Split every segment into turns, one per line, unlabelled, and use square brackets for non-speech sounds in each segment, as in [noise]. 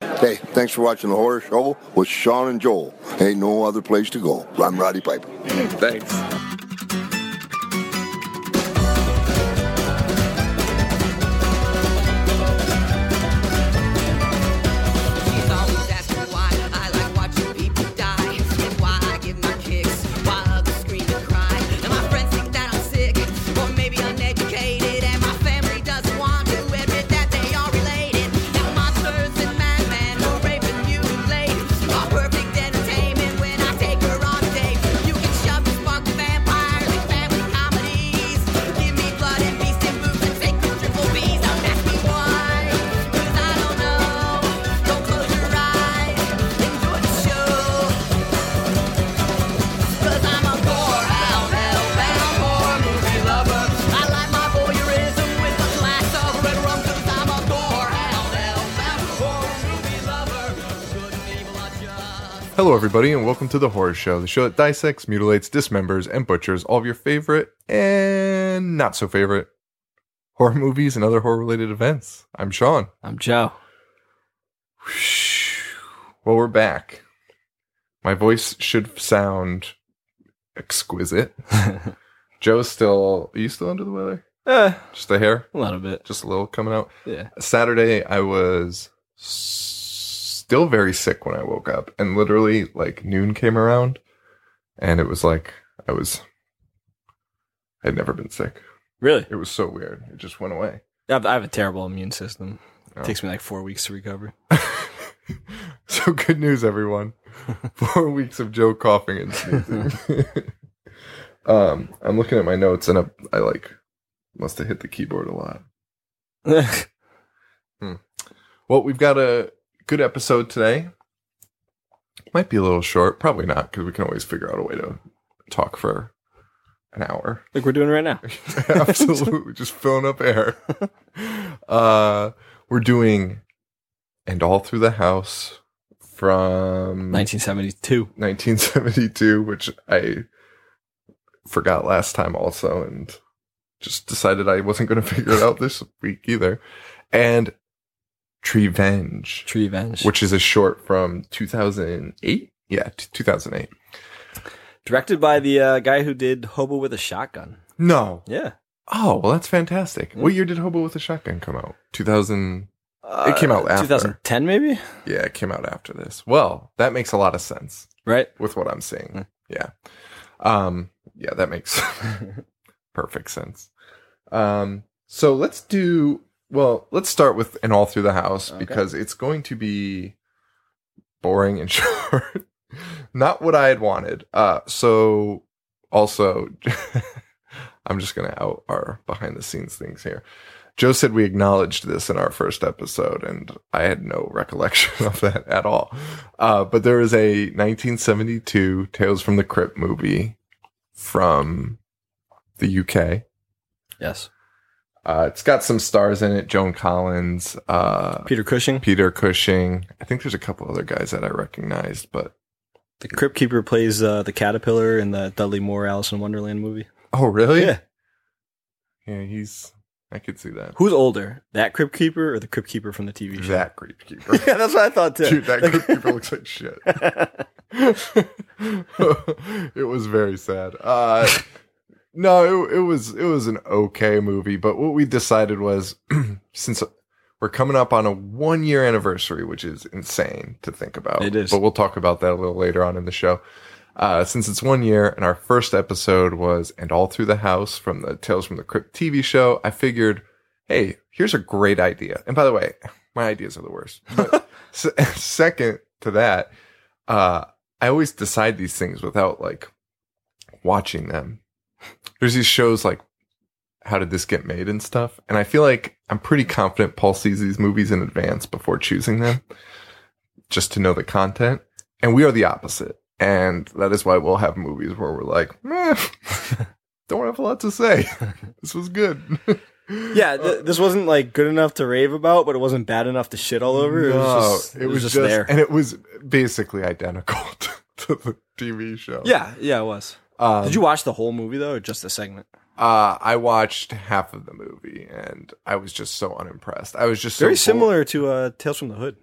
Hey, thanks for watching The Horror Show with Sean and Joel. Ain't no other place to go. I'm Roddy Piper.
Thanks.
She's always asking why I like watching people die, and why I give my kicks, why others scream and cry. And my friends think that I'm sick, or maybe uneducated, and my family doesn't want to admit that they are related. Now monsters and madmen who rape and mutilate are perfect entertainment when I take her on a date. You can shove and spark the vampires and family comedies. Give me blood and beast and boobs and fake triple B's. Don't ask me why, 'cause I don't know. Don't close your eyes, enjoy the show. Cause I'm a poor out, hellbound, poor movie lover. I like my voyeurism with a glass of red rum. Cause I'm a poor out, hellbound, poor movie lover. Good and evil are just.
Hello, everybody, and welcome to The Horror Show, the show that dissects, mutilates, dismembers, and butchers all of your favorite and not so favorite horror movies and other horror related events. I'm Sean.
I'm Joe.
Well, we're back. My voice should sound exquisite. Joe's still, are you still under the weather?
Eh,
Just a hair?
a little bit.
Just a little coming out?
Yeah.
Saturday, I was s- still very sick when I woke up, and literally like noon came around, and it was like I was. I'd never been sick.
Really?
It was so weird. It just went away. [laughs]
I have, I have a terrible immune system.
Oh.
It takes me like four weeks to [laughs] recover.
so good news, everyone. Four weeks of Joe coughing and sneezing. [laughs] um, I'm looking at my notes, and I, I like must have hit the keyboard a lot. Well, we've got a good episode today. Might be a little short, probably not, because we can always figure out a way to talk for an hour. [laughs]
like we're doing right now.
Absolutely, [laughs] just filling up air. [laughs] Uh, we're doing and all through the house from
1972.
1972, which I forgot last time also, and just decided I wasn't going to [laughs] figure it out this week either. And Trevenge
Tree Revenge.
which is a short from 2008. Yeah, t- 2008.
Directed by the uh, guy who did Hobo with a Shotgun.
No.
Yeah.
Oh, well, that's fantastic. What year did Hobo with a Shotgun come out? 2000. It came out
Uh,
after.
2010, maybe?
Yeah, it came out after this. Well, that makes a lot of sense
Right?
with what I'm seeing. Yeah. Um, yeah, that makes [laughs] perfect sense. Um, so let's do, well, let's start with an all through the house because it's going to be boring and [laughs] short. Not what I had wanted. Uh, so also, [laughs] I'm just going to out our behind the scenes things here. Joe said we acknowledged this in our first episode, and I had no recollection [laughs] of that at all. Uh, but there is a 1972 Tales from the Crypt movie from the UK.
Yes.
Uh, it's got some stars in it: Joan Collins, uh,
Peter Cushing.
Peter Cushing. I think there's a couple other guys that I recognized, but
The Crypt Keeper plays uh, the Caterpillar in the Dudley Moore Alice in Wonderland movie.
oh, really?
Yeah.
yeah. He's. I could see that.
Who's older? That Crypt Keeper or the Crypt Keeper from the TV show?
That creep [laughs] keeper.
[laughs] yeah, that's what I thought too.
Dude, that [laughs]
[laughs]
group people looks like shit. it was very sad. Uh, no, it, it was it was an okay movie, but what we decided was since we're coming up on a one year anniversary, which is insane to think about.
It is.
but we'll talk about that a little later on in the show. Uh, since it's one year and our first episode was and all through the house from the Tales from the Crypt TV show, I figured, hey, here's a great idea. And by the way, my ideas are the worst.
[laughs]
But se- second to that, uh, I always decide these things without like watching them. There's these shows like How Did This Get Made and stuff. And I feel like I'm pretty confident Paul sees these movies in advance before choosing them just to know the content. And we are the opposite. And that is why we'll have movies where we're like, "Meh, [laughs] don't have a lot to
[laughs]
say. This was good.
Yeah,
Uh,
th- this wasn't like good enough to rave about, but it wasn't bad enough to shit all over. it was just, it was just, there.
and it was basically identical [laughs] to, to the TV show.
yeah, yeah, it was.
Um,
Did you watch the whole movie though, or just the segment?
Uh, I watched half of the movie and I was just so unimpressed. I was just so
Very
bored.
similar to uh, Tales from the Hood.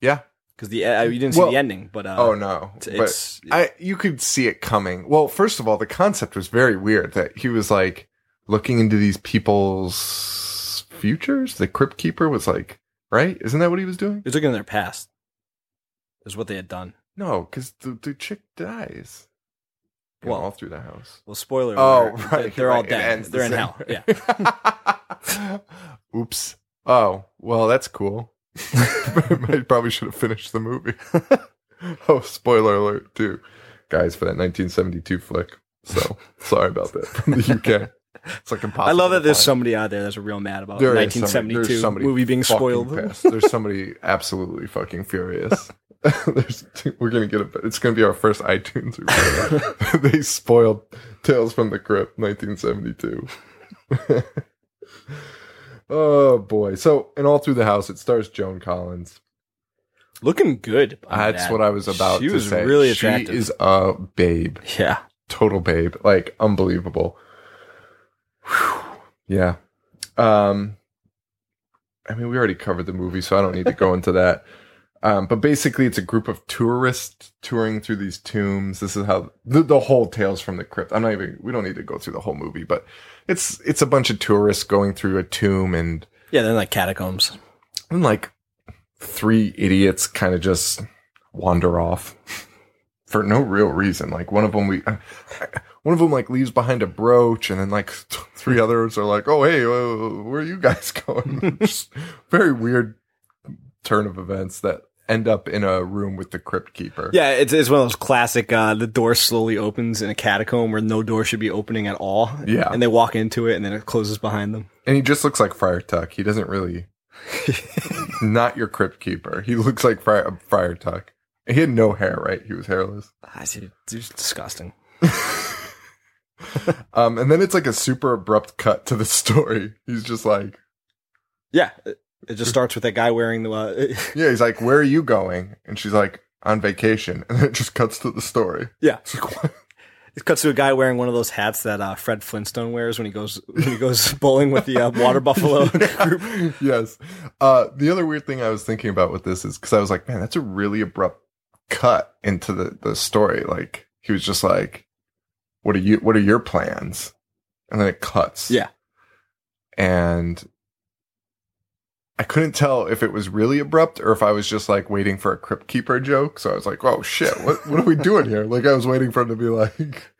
Yeah.
because the uh, you didn't see
Well-
the ending, but uh,
Oh no.
it's- it's-
but I you could see it coming. Well, first of all, the concept was very weird that he was like looking into these people's futures. The crypt keeper was like, right? Isn't that what he was doing?
It was looking in their past. Is what they had done.
No, because the, the chick dies. You know,
Well-
all through the house.
Well, spoiler.
Oh,
alert,
right.
They're all
right. It
dead.
ends the
They're in
same
hell. Yeah.
way. [laughs] Oops. Oh, well, that's [laughs] cool. I probably should have finished the movie. [laughs] oh, spoiler alert, too. Guys, for that 1972 flick. So sorry about that from the UK.
[laughs]
It's like impossible.
I love that
to
there's
find.
somebody out there that's real mad about
There is somebody-
1972
there's somebody
movie being
fucking
spoiled.
pissed. There's
[laughs]
somebody absolutely fucking furious. [laughs] There's, we're gonna get a. It's gonna be our first iTunes
[laughs]
review. they spoiled Tales from the Crypt, 1972. [laughs] oh boy! So, and all through the house, it stars Joan Collins.
Looking good. on
That's
that.
what I was about.
She
to
was
say.
really
She
attractive.
is a babe,
yeah.
total babe, like unbelievable. Whew. Yeah. Um. I mean, we already covered the movie, so I don't need to go into that. Um, but basically, it's a group of tourists touring through these tombs. This is how the, the whole tales from the crypt. I'm not even. We don't need to go through the whole movie, but it's it's a bunch of tourists going through a tomb and
Yeah, then like catacombs.
and like three idiots kind of just wander off [laughs] for no real reason. Like one of them, we uh, [laughs] one of them like leaves behind a brooch, and then like [laughs] three others are like, "Oh hey, uh, where are you guys [laughs] going?" just very weird turn of events that end up in a room with the crypt keeper.
Yeah, it's it's one of those classic. Uh, the door slowly opens in a catacomb where no door should be opening at all.
Yeah.
and they walk into it and then it closes behind them.
and he just looks like Friar Tuck. He doesn't really not your crypt keeper. He looks like Friar, Friar Tuck. He had no hair, right? He was hairless.
It's just disgusting.
Um, and then it's like a super abrupt cut to the [laughs] story. He's just like,
Yeah, it, it just starts with that guy wearing the. Uh, [laughs]
yeah, he's like, where are you going? And she's like, on vacation. [laughs] And then it just cuts to the story.
yeah,
It's like, what?
it cuts to a guy wearing one of those hats that uh, Fred Flintstone wears when he goes when he goes [laughs] bowling with the uh,
[laughs]
water [laughs] buffalo.
yes. Uh, the other weird thing I was thinking about with this is because I was like, man, that's a really abrupt cut into the, the story. Like he was just like, what are you, what are your plans? And then it cuts.
Yeah.
And I couldn't tell if it was really abrupt or if I was just like waiting for a crypt keeper joke. So I was like, oh shit, what, what are we doing here? Like I was waiting for him to be like,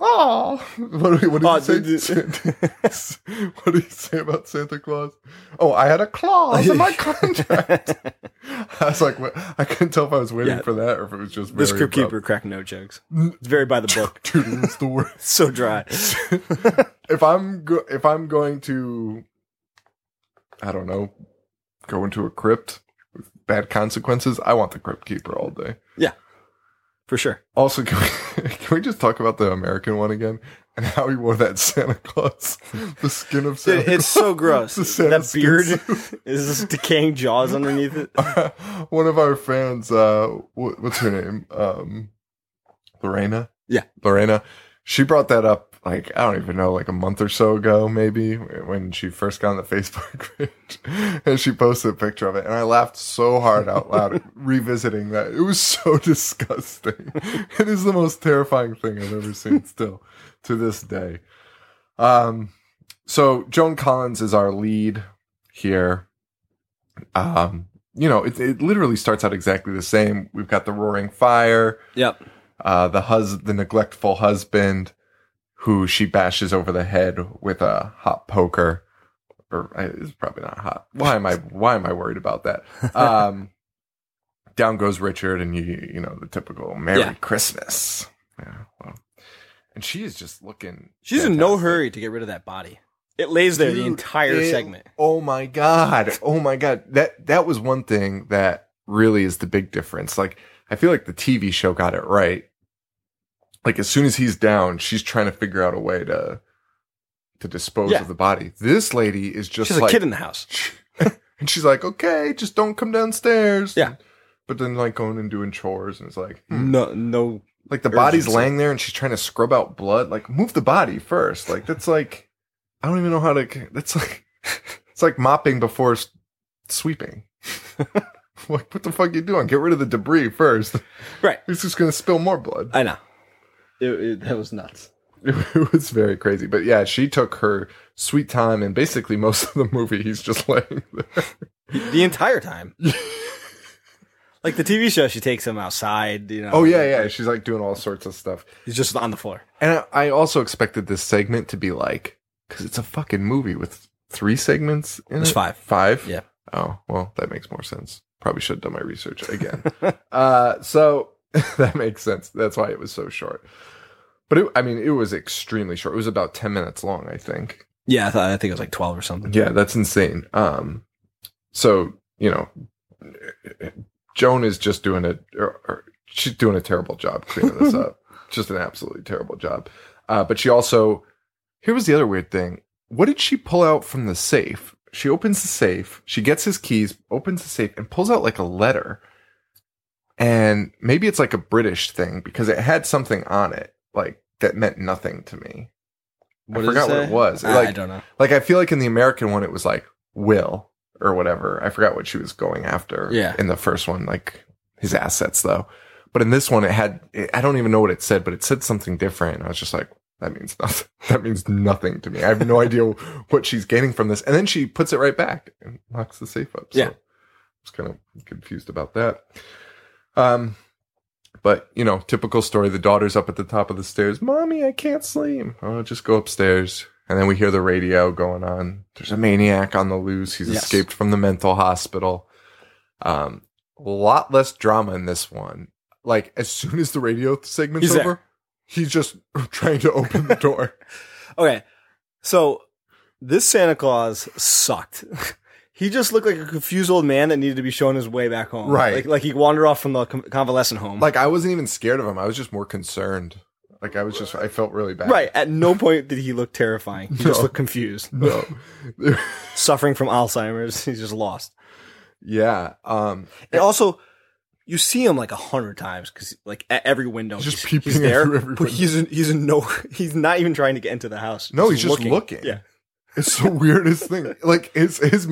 oh, what, do we- what did
Oh,
he say?
did-
[laughs] what did he say about Santa Claus? Oh, I had a clause in my contract. [laughs] I was like, what? I couldn't tell if I was waiting
Yeah.
for that or if it was just
this
very
crypt keeper
abrupt.
cracked no jokes. It's very by the [laughs] book.
[laughs] Dude, it's the worst.
so dry. [laughs]
[laughs] if I'm go- if I'm going to, I don't know, go into a crypt with bad consequences, I want the crypt keeper all day.
For sure.
Also, can we, [laughs] can we just talk about the American one again and how he wore that Santa Claus, [laughs] the skin of Santa?
Dude, it's so gross.
The Santa
[laughs] that beard
skin
[laughs] is this decaying jaws underneath it.
Claus. [laughs] one of our fans, uh, wh- what's her name? Um, Lorena.
Yeah.
Lorena. She brought that up like I don't even know, like a month or so ago, maybe when she first got on the [laughs] Facebook page, and she posted a picture of it, and I laughed so hard out loud revisiting that. It was so [laughs] disgusting. it is the most terrifying thing I've ever seen. Still, to this day. Um, so Joan Collins is our lead here. Um, you know, it, it literally starts out exactly the same. We've got the roaring fire
Yep.
uh, the hus- the neglectful husband who she bashes over the head with a hot poker or uh, it's probably not hot why am i why am i worried about
[laughs]
that um down goes richard and you you know the typical merry
Yeah.
christmas yeah well and she is just looking
She's in no
fantastic.
hurry to get rid of that body. It lays there the
Dude,
entire
it-
segment.
Oh my god. Oh my god. That that was one thing that really is the big difference. Like I feel like the TV show got it right. Like as soon as he's down, she's trying to figure out a way to to dispose
Yeah.
of the body. This lady is just
She's a
like
kid in the house.
[laughs] and she's like, "Okay, just don't come downstairs."
Yeah.
But then like going and doing chores and it's like, hmm.
No, no.
Like the body's
Urgency.
laying there and she's trying to scrub out blood. Like move the body first. Like that's like I don't even know how [laughs] to. That's like it's like mopping before s- sweeping. [laughs] like, what the fuck you doing? Get rid of the debris first.
Right.
It's just going to spill more blood. [laughs]
I know. It, it, that was nuts.
It was very crazy. But yeah, she took her sweet time, and basically, most [laughs] of the movie, he's just laying there.
The entire time. [laughs] like the TV show, she takes him outside. You know.
Oh, yeah, yeah. She's like doing all sorts of stuff.
He's just on the floor.
And I I also expected this segment to be like, because it's a fucking movie with three segments in
There's
it?
five.
Five?
Yeah.
Oh, well, that makes more sense. Probably should have done my research
[laughs]
again. uh, so [laughs] that makes sense. That's why it was so short. But it, I mean, it was extremely short. It was about 10 minutes long, I think.
Yeah, I thought I think it was like twelve or something.
Yeah, that's insane. Um, so, you know, Joan is just doing a, or, or she's doing a terrible job cleaning this up. Just an absolutely terrible job. Uh, but she also, here was the other weird thing. What did she pull out from the safe? She opens the safe, she gets his keys, opens the safe, and pulls out like a letter. And maybe it's like a British thing because it had something on it like that meant nothing to me. I
does
forgot what
say?
it was.
I,
Like-
I don't know.
Like I feel like in the American one, it was like Will or whatever. I forgot what she was going after.
Yeah.
In the first one, like his assets though. But in this one, it had it, I don't even know what it said, but it said something different. I was just like, that means nothing. [laughs] That means nothing to me. I
[laughs]
have no idea what she's gaining from this. And then she puts it right back and locks the safe up. So
Yeah.
I was kind of confused about that. Um, but you know, typical story. The daughter's up at the top of the stairs. Mommy, I can't sleep. Oh, just go upstairs. And then we hear the radio going on. There's a maniac on the loose. He's
Yes.
escaped from the mental hospital. Um, a lot less drama in this one. Like as soon as the radio segment's
He's there.
over, he's just [laughs] trying to open the
[laughs]
door.
Okay, so this Santa Claus sucked. [laughs] he just looked like a confused old man that needed to be shown his way back home.
Right.
like, like he wandered off from the con- convalescent home.
like I wasn't even scared of him. I was just more concerned. Like I was just I felt really bad.
right. At no point did he look terrifying. He just
No.
looked confused,
No.
suffering from Alzheimer's. He's just lost.
yeah. Um
And also, you see him like a hundred times because like at every window,
Just
he's, he's
peeping
there.
through every
but he's in, he's in no, he's not even trying to get into the house.
No, he's just looking.
Yeah,
It's the weirdest thing. Like his his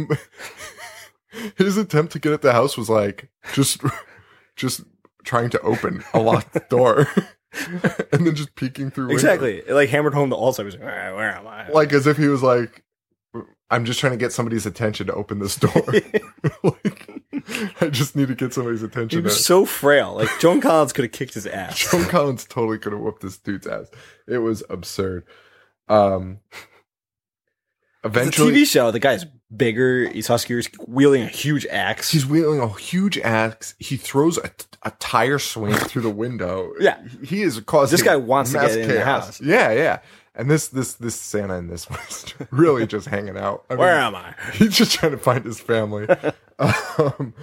his attempt to get at the house was like just just trying to open a
[laughs]
locked door and then just peeking through windows.
exactly. It like hammered home the Alzheimer's. Like, "Where- where am I?
like as if he was like I'm just trying to get somebody's attention to open this
[laughs]
door. like I just need to get somebody's
he
attention. to- [laughs]
was so frail. Like Joan Collins could have kicked his ass.
Joan Collins totally could have whooped this dude's ass. It was absurd. Um
It's a
eventually
TV show. The guy's bigger. He's huskier. He's wielding a huge axe.
He's wielding a huge axe. He throws a, a tire swing through the window.
Yeah.
he is causing.
This guy wants to
mass
get in the
chaos.
house.
Yeah, yeah. And this this this Santa in this [laughs] was really just hanging out. I
where
mean,
am I?
[laughs] He's just trying to find his
[laughs]
family. um,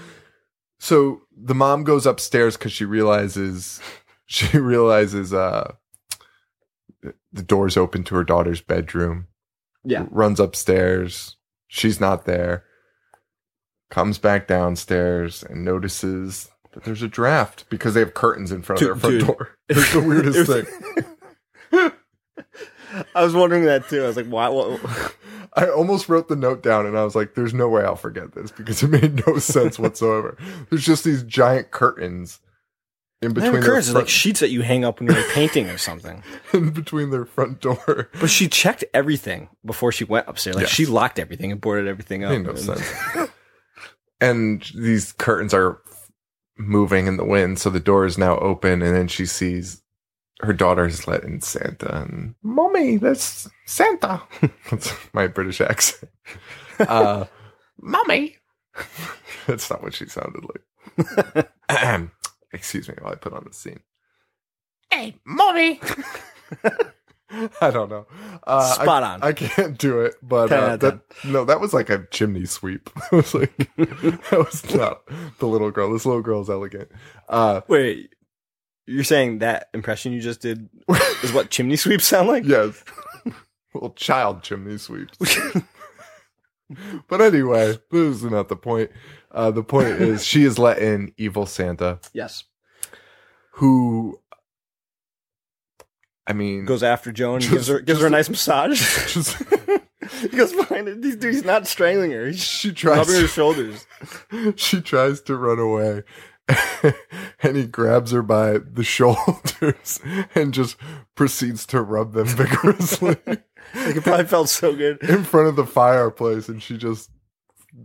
so the mom goes upstairs because she realizes she realizes uh, the door's open to her daughter's bedroom.
Yeah.
runs upstairs. She's not there. Comes back downstairs and notices that there's a draft because they have curtains in front of
Dude,
their front
dude.
door. [laughs] It's the weirdest
[laughs] It was-
thing.
I was wondering that too. I was like, why? What?
[laughs] I almost wrote the note down and I was like, there's no way I'll forget this because it made no sense whatsoever. There's just these giant curtains in
Between
between their
curtains, are like
front,
sheets that you hang up when you're painting or something.
in between their front [laughs] door.
[laughs]
[laughs]
But she checked everything before she went upstairs. Like
Yes.
she locked everything and boarded everything up.
Made no
And- [laughs]
sense. and these curtains are moving in the wind, so the door is now open, and then she sees her daughter's let in Santa and Mommy, that's Santa. [laughs] that's my British accent. Uh Mommy. [laughs] that's not what she sounded like.
[laughs]
Ahem. Excuse me while I put on the scene. Hey, mommy. [laughs] I don't know. Uh, I-
Spot on.
I can't do it, but
Ten
uh,
out of
that, no, that was like a chimney sweep. [laughs] I was like,
[laughs]
that was not the little girl. This little girl's elegant. Uh, [laughs]
Wait, you're saying that impression you just did is what chimney sweeps sound like?
yes, little child chimney
[laughs]
sweeps. But anyway, this is not the point. Uh, the point is, she is let in evil Santa,
yes.
who, I mean,
Goes [laughs] after Joan, and
Just-
gives her gives her a
[laughs] just-
nice massage. [laughs]
just
He goes behind her. He's, dude, he's not strangling her. He's
She tries
rubbing her
to,
shoulders.
she tries to [laughs] run away. [laughs] and he grabs her by the [laughs] shoulders and just proceeds to rub them
[laughs]
vigorously
Like it probably felt so good.
[laughs] in front of the fireplace and she just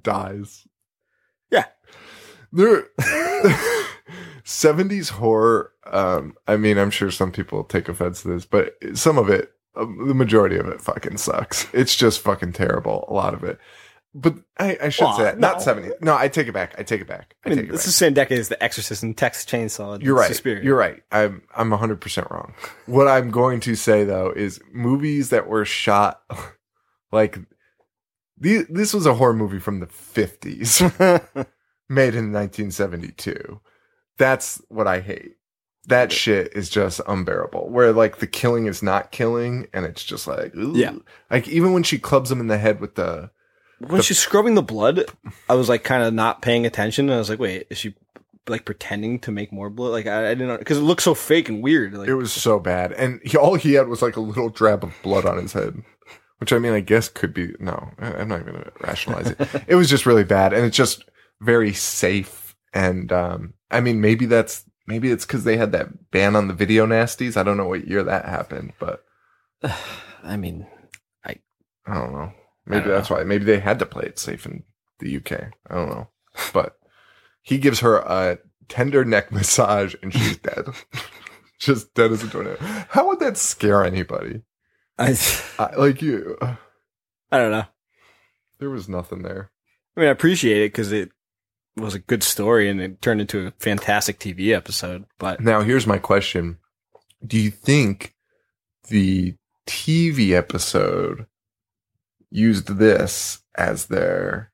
dies.
Yeah.
There [laughs] 70s horror um I mean I'm sure some people take offense to this but some of it um, the majority of it fucking sucks. It's just fucking terrible a lot of it. But I, I should
Well,
say that.
no.
Not 70. No, I take it back. I take it back. I,
I mean,
take it back.
this is the same decade as The Exorcist and Texas Chainsaw. and
You're right.
Suspiria.
You're right. I'm I'm 100% wrong. What I'm going to say though is movies that were shot [laughs] like the, this was a horror movie from the 50s [laughs] made in 1972. That's what I hate. That shit is just unbearable. Where like the killing is not killing and it's just like ooh.
Yeah.
Like even when she clubs him in the head with the
when she's scrubbing the blood, I was like kind of not paying attention, and I was like, "Wait, is she like pretending to make more blood?" Like I, I didn't because it looked so fake and weird. Like
it was so bad and he, all he had was like a little drab of blood on his head. Which I mean, I guess could be no. I- I'm not even gonna rationalize it. It was just really bad, and it's just very safe. And um, I mean, maybe that's maybe it's because they had that ban on the video nasties. I don't know what year that happened, but
[sighs] I mean,
I don't know. Maybe
don't
that's why. Maybe they had to play it safe in the UK. I don't know. But he gives her a tender neck massage and she's dead. [laughs] Just dead as a tornado. How would that scare anybody?
I [laughs]
I, like you,
I don't know.
there was nothing there.
I mean, I appreciate it because it was a good story and it turned into a fantastic TV episode. But
Now, here's my question Do you think the TV episode used this as their.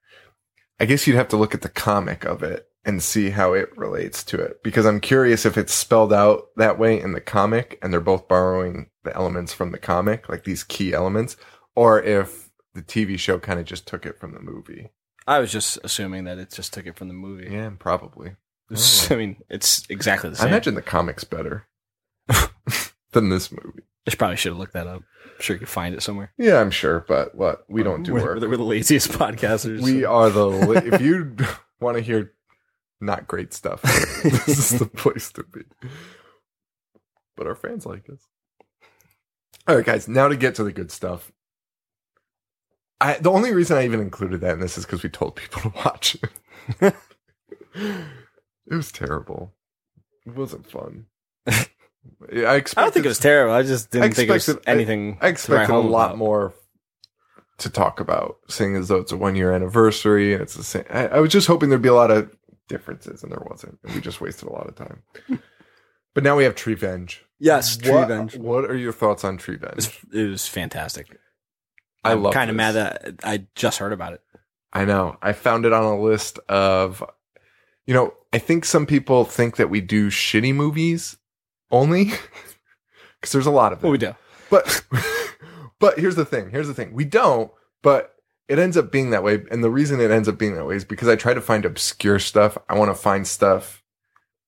I guess you'd have to look at the comic of it and see how it relates to it because I'm curious if it's spelled out that way in the comic and they're both borrowing the elements from the comic, like these key elements, or if the TV show kind of just took it from the movie.
I was just assuming that it just took it from the movie.
Yeah, probably.
[laughs] It's- I mean, it's exactly the
I
same.
imagine the comics better than this movie.
I should- probably should have looked that up. I'm sure you could find it somewhere.
Yeah, I'm sure, but what we don't do
we're,
work.
We're the, we're the laziest [laughs] podcasters.
We are the. li- if [laughs] you want to hear not great stuff, [laughs] this is the place to be. But our fans like us. All right, guys. Now to get to the good stuff. I the only reason I even included that in this is because we told people to watch it. [laughs] it was terrible. It wasn't
[laughs]
fun. Yeah, I,
I don't think
expected-
it was terrible. I just didn't
I
think it was
expected- I-
anything.
I
to write
expected a
home
lot
about.
more to talk about, seeing as though it's a one year anniversary and it's the same. I, I was just hoping there'd be a lot of differences, and there wasn't. And we just wasted a lot of
[laughs]
time. but now we have Tree Venge.
Yes,
what,
Treevenge.
What are your thoughts on Tree
It was,
Venge?
it was fantastic.
I
I'm
love
Kind of
this.
mad that I just heard about it.
I know. I found it on a list of, you know, I think some people think that we do shitty movies only [laughs] because there's a lot of them.
What we do?
but [laughs] but here's the thing here's the thing we don't but it ends up being that way and the reason it ends up being that way is because i try to find obscure stuff i want to find stuff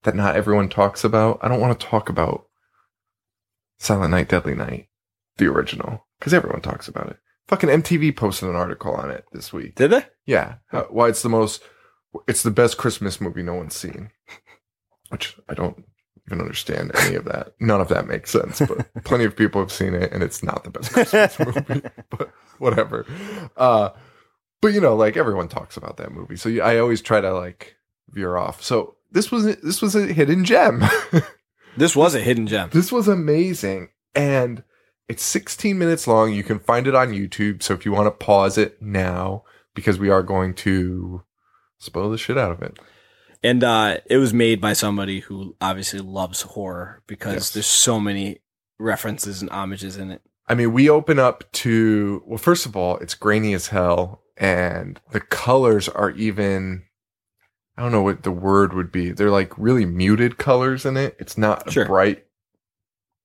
that not everyone talks about i don't want to talk about silent night deadly night the original because everyone talks about it fucking mtv posted an article on it this week
Did they?
yeah uh, why it's the most it's the best christmas movie no one's seen which i don't even understand any of that none of that makes sense but plenty of people have seen it and it's not the best christmas movie but whatever uh but you know like everyone talks about that movie so you- i always try to like veer off so this was this was a hidden gem
This was a hidden gem.
this was amazing. And it's 16 minutes long. You can find it on YouTube. So if you want to pause it now, because we are going to spoil the shit out of it.
And uh, it was made by somebody who obviously loves horror because
Yes.
there's so many references and homages in it.
I mean, we open up to, well, first of all, it's grainy as hell. And the colors are even, I don't know what the word would be. They're like really muted colors in it. It's not a
Sure.
bright,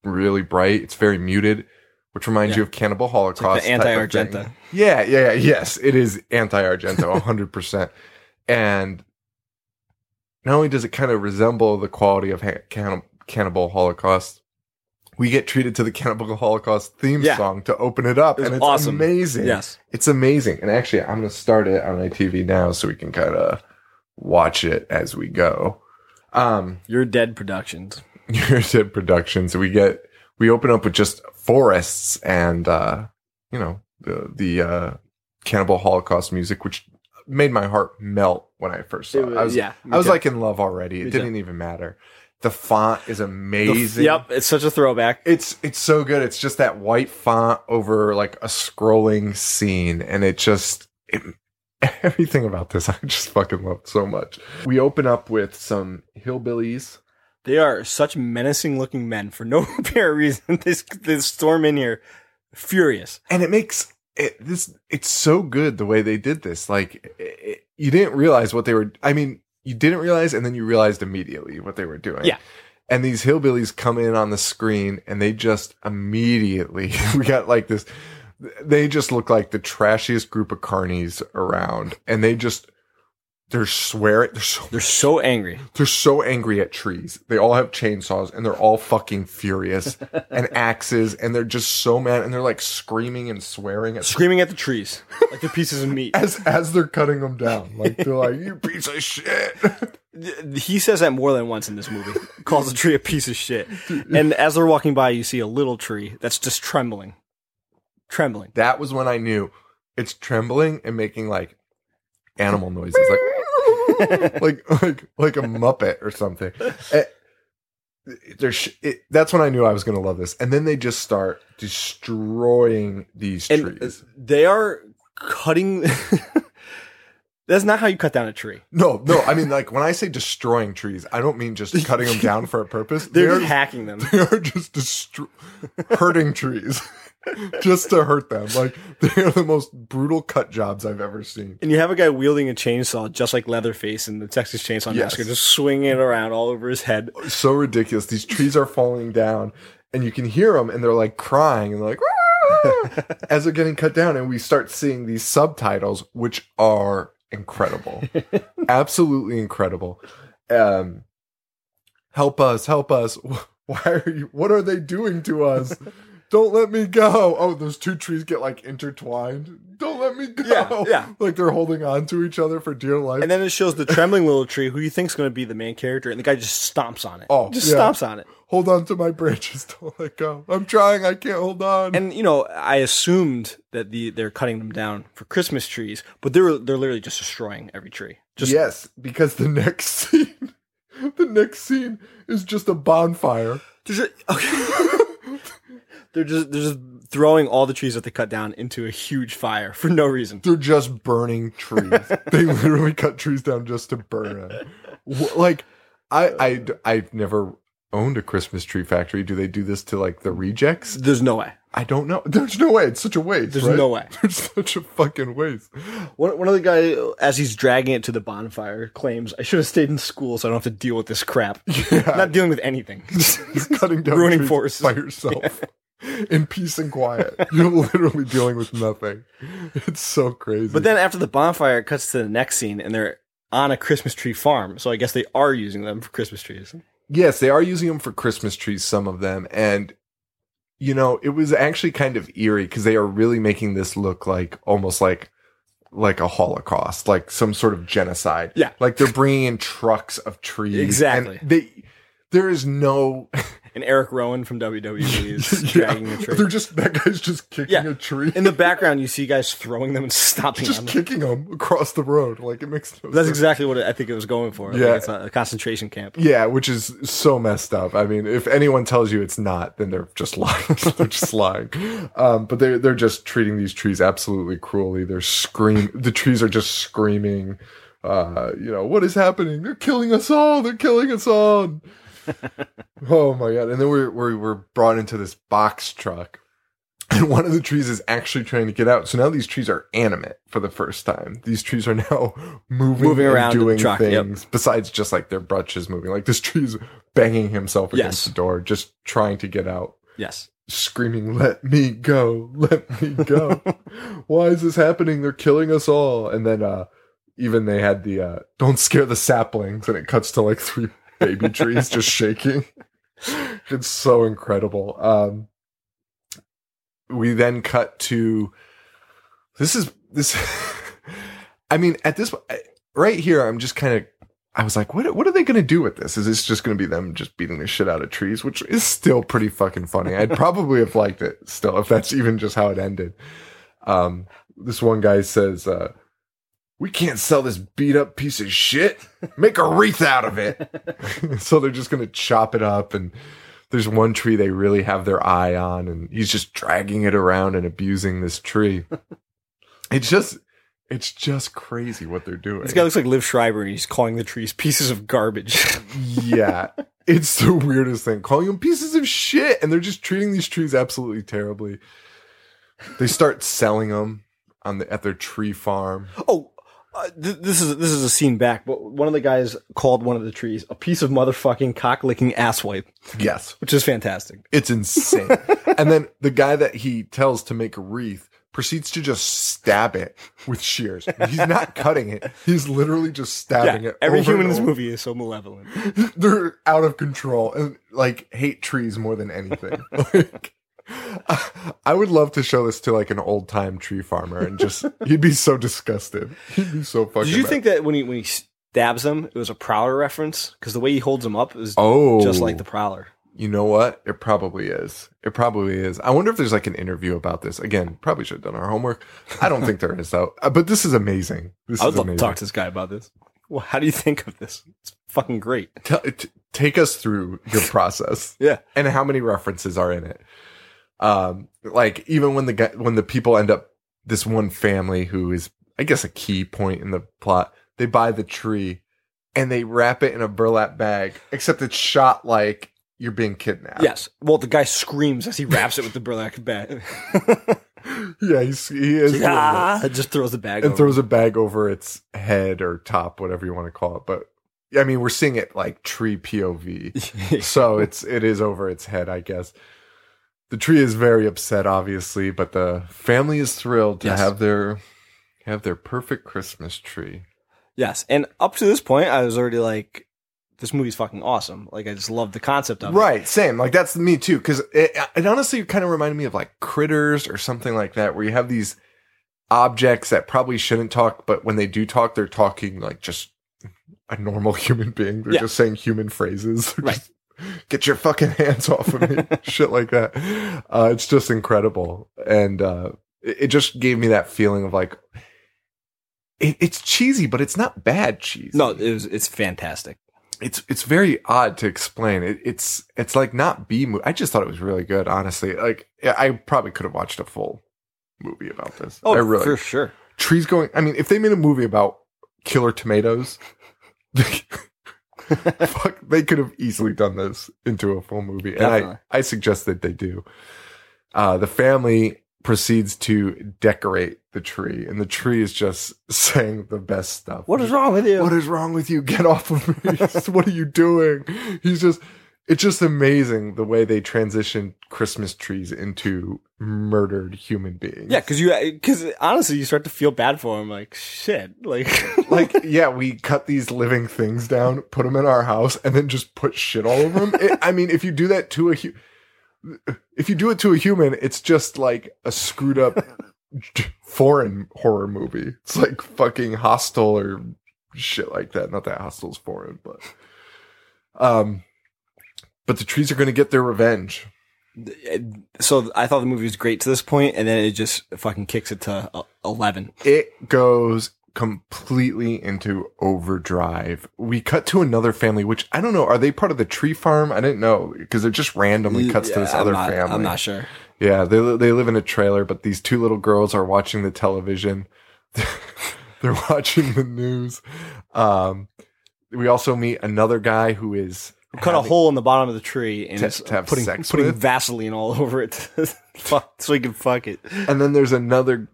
really bright. It's very muted, which reminds
Yeah.
you of Cannibal
It's
Holocaust.
like the anti
type of thing.
Argenta.
Yeah, yeah, yeah, yes, it is anti Argento, hundred percent. And not only does it kind of resemble the quality of ha- Canni- Cannibal Holocaust, we get treated to the Cannibal Holocaust theme
Yeah.
song to open it up,
It was
and it's
awesome.
amazing.
Yes.
it's amazing. And actually, I'm gonna start it on ITV now so we can kind of watch it as we go. Um,
Your Dead Productions.
your did productions. We get we open up with just forests and uh, you know the the uh, Cannibal Holocaust music, which made my heart melt when I first saw it. I was
yeah, me
I was
too.
like in love already. It
Me too.
didn't even matter. The font is
The f-
amazing.
Yep, it's such a throwback.
It's it's so good. It's just that white font over like a scrolling scene, and it just it, [laughs] everything about this I just fucking loved so much. We open up with some hillbillies.
They are such menacing looking men for no [laughs] apparent reason. This this storm in here, furious.
and it makes it this it's so good the way they did this like it, it- you didn't realize what they were i mean you didn't realize and then you realized immediately what they were doing
Yeah.
and these hillbillies come in on the screen and they just immediately [laughs] we got like this they just look like the trashiest group of carnies around and they just they're swearing they're so
They're so angry.
they're so angry at trees. They all have chainsaws and they're all fucking furious and axes and they're just so mad and they're like screaming and swearing at
Screaming at the trees like they're pieces of meat.
as as they're cutting them down. Like they're like, [laughs] "You piece of shit." [laughs]
Th- He says that more than once in this movie. Calls a tree a piece of shit. And as they're walking by, you see a little tree that's just trembling. Trembling.
That was when I knew it's trembling and making like animal noises like [laughs] like like like a muppet or [laughs] something. Eh, They're sh- it, that's when I knew I was going to love this. And then they just start destroying these
And uh,
trees.
they are cutting. [laughs] That's not how you cut down a tree.
No, no. I mean, like when I say destroying trees, I don't mean [laughs] just cutting them down for a purpose.
They're
They're
just
[laughs]
hacking them.
they are just destro- hurting trees [laughs] just to hurt them. Like they are the most brutal cut jobs I've ever seen.
And you have a guy wielding a chainsaw just like Leatherface in the Texas Chainsaw
Yes.
Massacre, just swinging it around all over his head.
So ridiculous. These trees are falling down, and you can hear them, and they're like crying and they're like "Rah!" as they're getting cut down. And we start seeing these subtitles, which are
[laughs]
incredible, absolutely incredible. Um, help us, help us. [laughs] Why are you? What are they doing to us? Don't let me go. Oh, those two trees get like intertwined. Don't let me go.
Yeah, yeah.
Like they're holding on to each other for dear life.
And then
[laughs]
it shows the trembling little tree, who you think's going to be the main character, and the guy just stomps on it.
Oh,
just
yeah.
stomps on it.
hold on to my branches. Don't let go. I'm trying. I can't hold on.
And you know, I assumed that the they're cutting them down for Christmas trees, but they're they're literally just destroying every tree. Just
yes, because the [laughs] next scene, the next scene is just a bonfire.
They're just, [laughs] they're just they're just throwing all the trees that they cut down into a huge fire for no reason.
They're just burning trees.
[laughs]
they literally cut trees down just to burn them. Wh- Like I, I, have never owned a Christmas tree factory. Do they do this to like the rejects?
There's no way.
I don't know. There's no way. It's such a waste.
There's
right?
no way.
[laughs] There's such a fucking waste.
One one of the guy as he's dragging it to the bonfire claims, "I should have stayed in school so I don't have to deal with this [laughs] crap. I'm not dealing with [laughs] anything."
You're cutting down
Ruining
trees
forests.
by
[laughs]
yourself in peace and quiet. You're literally dealing with nothing. It's so crazy.
But then after the bonfire, it cuts to the next scene, and they're on a Christmas tree farm. So I guess they are using them for Christmas trees.
yes, they are using them for Christmas trees, some of them. And, you know, it was actually kind of eerie because they are really making this look like almost like, like a Holocaust, like some sort of genocide.
Yeah.
Like they're bringing in trucks of trees. and
Exactly.
they, there is no,
And Eric Rowan from [laughs] WWE
[laughs]
is
Yeah,
dragging a
they're
tree.
just, that guy's just kicking
Yeah.
a tree.
In the background, you see guys throwing them and stomping
just
on them.
kicking them across the road. Like it makes no
That's
sense.
exactly what I think it was going for. Like,
Yeah.
it's a, a concentration camp.
Yeah, which is so messed up. I mean, if anyone tells you it's not, then they're just lying. [laughs] they're just lying. Um, but they're they're just treating these trees absolutely cruelly. They're scream. The trees are just screaming. Uh, you know what is happening? They're killing us all. They're killing us all. [laughs] oh my god! And then we're we're, we're brought into this box truck. [laughs] And one of the trees is actually trying to get out. So now these trees are animate for the first time. These trees are now [laughs] moving,
Moving
and
around in the
doing
truck, yep.
things besides just like their brushes moving. Like this tree's banging himself against
Yes.
the door, just trying to get out,
Yes.
screaming, Let me go, let me go. Why is this happening? They're killing us all. And then uh even they had the uh don't scare the saplings and it cuts to like three baby trees just shaking. It's so incredible. Um, we then cut to this is this. [laughs] I mean, at this I- right here, I'm just kind of. I was like, what, what are they going to do with this? Is this just going to be them just beating the shit out of trees, which is still pretty fucking funny. I'd probably have liked it still if that's even just how it ended. Um, this one guy says, uh, we can't sell this beat up piece of shit. Make a wreath out of it. [laughs] so they're just going to chop it up. And there's one tree they really have their eye on, and he's just dragging it around and abusing this tree. it's just, it's just crazy what they're doing.
This guy looks like Liv Schreiber, and he's calling the trees pieces of garbage. [laughs]
yeah. It's the weirdest thing. Calling them pieces of shit. And they're just treating these trees absolutely terribly. They start selling them on the, at their tree farm.
oh, uh, th- this is this is a scene back, but one of the guys called one of the trees a piece of motherfucking cock licking asswipe,
Yes.
which is fantastic.
It's insane. and then the guy that he tells to make a wreath proceeds to just stab it with shears. He's not cutting it. He's literally just stabbing
Yeah,
it.
every
over
human in
and
this
over.
movie is so malevolent.
they're out of control and like hate trees more than
[laughs]
anything. like, I would love to show this to like an old time tree farmer and just he'd be so disgusted. He'd be so fucking.
Did you
mad.
think that when he when he stabs them, it was a Prowler reference? Because the way he holds them up is
Oh,
just like the Prowler.
You know what? It probably is. It probably is. I wonder if there's like an interview about this. Again, probably should have done our homework. I don't think there is though. Uh, But this is amazing. This
I would
is
love
amazing.
to talk to this guy about this. Well, how do you think of this? It's fucking great.
Tell- t- take us through
[laughs]
your process.
Yeah.
and how many references are in it. Um, like even when the guy, when the people end up, this one family who is, I guess, a key point in the plot, they buy the tree and they wrap it in a burlap bag, except it's shot like you're being kidnapped.
Yes. Well, the guy screams as he wraps it with the burlap bag.
[laughs] Yeah. He's, he is. doing that.
ah, just throws the bag.
And
over.
throws a bag over its head or top, whatever you want to call it. But I mean, we're seeing it like tree POV. [laughs] so it's it is over its head, I guess. The tree is very upset, obviously, but the family is thrilled to
Yes.
have their have their perfect Christmas tree.
[laughs] yes. And up to this point, I was already like, this movie's fucking awesome. Like, I just love the concept of it.
Right, same. Like that's me too, because it, it honestly kind of reminded me of like critters or something like that, where you have these objects that probably shouldn't talk, but when they do talk, they're talking like just a normal [laughs] human being. They're
Yeah.
just saying human phrases. [laughs] They're
Right.
just, Get your fucking hands off of
[laughs]
me, shit like that. Uh, it's just incredible, and uh, it, it just gave me that feeling of like it, it's cheesy, but it's not bad cheese
No, it was, it's fantastic.
it's it's very odd to explain. It, it's it's like not B movie. I just thought it was really good, honestly. Like yeah, I probably could have watched a full movie about this.
Oh,
I really
for sure.
trees going. I mean, if they made a movie about killer
[laughs]
tomatoes, fuck, they could have easily done this into a full movie, and
Definitely.
I I suggest that they do. Uh, the family proceeds to decorate the tree, and the tree is just [laughs] saying the best stuff.
What is wrong with you?
What is wrong with you? [laughs] Get off of me. what are you doing? He's just, it's just amazing the way they transition Christmas trees into murdered human beings.
yeah, because you, because honestly, you start to feel bad for him. Like, shit. Like, [laughs]
Like, yeah, we cut these living things down, put them in our house, and then just put shit all over them. It, I mean, if you do that to a hu- if you do it to a human, it's just like a screwed up foreign horror movie. It's like fucking hostile or shit like that. Not that hostile's foreign, but um, but the trees are going to get their revenge.
so I thought the movie was great to this point, and then it just fucking kicks it to uh, 11.
it goes completely into overdrive. We cut to another family, which I don't know. Are they part of the tree farm? I didn't know because it just randomly cuts to this
I'm
other
not-
family.
I'm not sure.
Yeah, they li- they live in a trailer, but these two little girls are watching the television. [laughs] They're watching the news. Um, we also meet another guy who is
cut a hole in the bottom of the tree and
To-
is
to have
putting
sex
putting
with?
Vaseline all over it, to [laughs] fuck, so he can fuck it.
and then there's another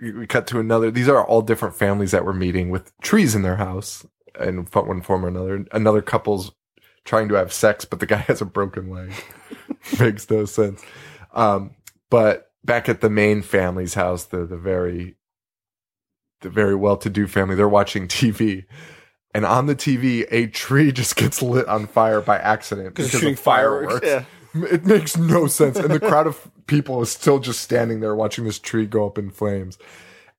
we cut to another these are all different families that we're meeting with trees in their house in fo- one form or another another couple's trying to have sex but the [laughs] guy has a broken leg [laughs] makes no sense um but back at the main family's house the the very the very well-to-do family they're watching tv and on the TV, a tree [laughs] just gets lit on fire by accident
it's
because
shooting
of fireworks.
fireworks,
It makes no sense. And the crowd of people is still just standing there watching this tree go up in flames.